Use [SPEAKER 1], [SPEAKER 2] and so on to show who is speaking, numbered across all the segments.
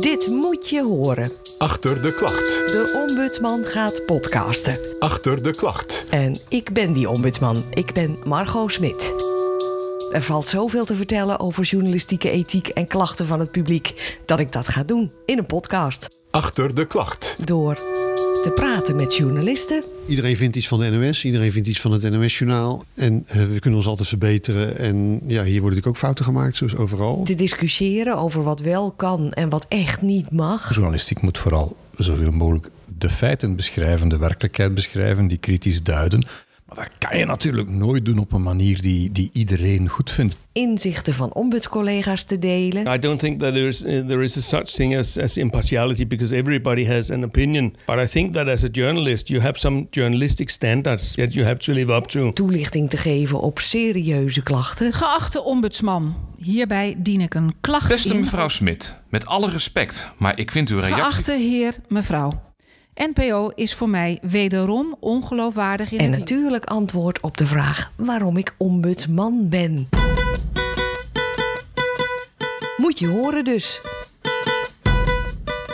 [SPEAKER 1] Dit moet je horen.
[SPEAKER 2] Achter de klacht.
[SPEAKER 1] De ombudsman gaat podcasten.
[SPEAKER 2] Achter de klacht.
[SPEAKER 1] En ik ben die ombudsman. Ik ben Margot Smit. Er valt zoveel te vertellen over journalistieke ethiek en klachten van het publiek dat ik dat ga doen in een podcast.
[SPEAKER 2] Achter de klacht.
[SPEAKER 1] Door te praten met journalisten,
[SPEAKER 3] Iedereen vindt iets van de NOS, iedereen vindt iets van het NOS-journaal. En eh, we kunnen ons altijd verbeteren. En ja, hier worden natuurlijk ook fouten gemaakt, zoals overal.
[SPEAKER 1] te discussiëren over wat wel kan en wat echt niet mag.
[SPEAKER 4] Journalistiek moet vooral zoveel mogelijk de feiten beschrijven, de werkelijkheid beschrijven, die kritisch duiden. Maar dat kan je natuurlijk nooit doen op een manier die, die iedereen goed vindt.
[SPEAKER 1] Inzichten van ombudscollega's te delen.
[SPEAKER 5] I don't think that there is uh, there is a such thing as, as impartiality because everybody has an opinion. But I think that as a journalist, you have some journalistic standards that you have to live up to.
[SPEAKER 1] Toelichting te geven op serieuze klachten.
[SPEAKER 6] Geachte ombudsman, hierbij dien ik een klacht
[SPEAKER 7] Beste
[SPEAKER 6] in.
[SPEAKER 7] mevrouw Smit, met alle respect, maar ik vind uw reactie...
[SPEAKER 6] Geachte heer, mevrouw. NPO is voor mij wederom ongeloofwaardig in
[SPEAKER 1] En
[SPEAKER 6] het niet.
[SPEAKER 1] natuurlijk antwoord op de vraag waarom ik ombudsman ben. Moet je horen dus.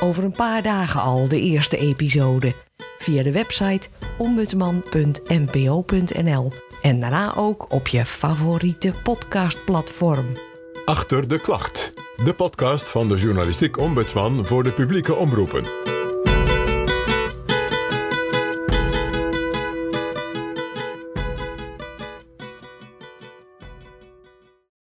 [SPEAKER 1] Over een paar dagen al de eerste episode. Via de website ombudsman.npo.nl. En daarna ook op je favoriete podcastplatform.
[SPEAKER 2] Achter de klacht. De podcast van de journalistiek ombudsman voor de publieke omroepen.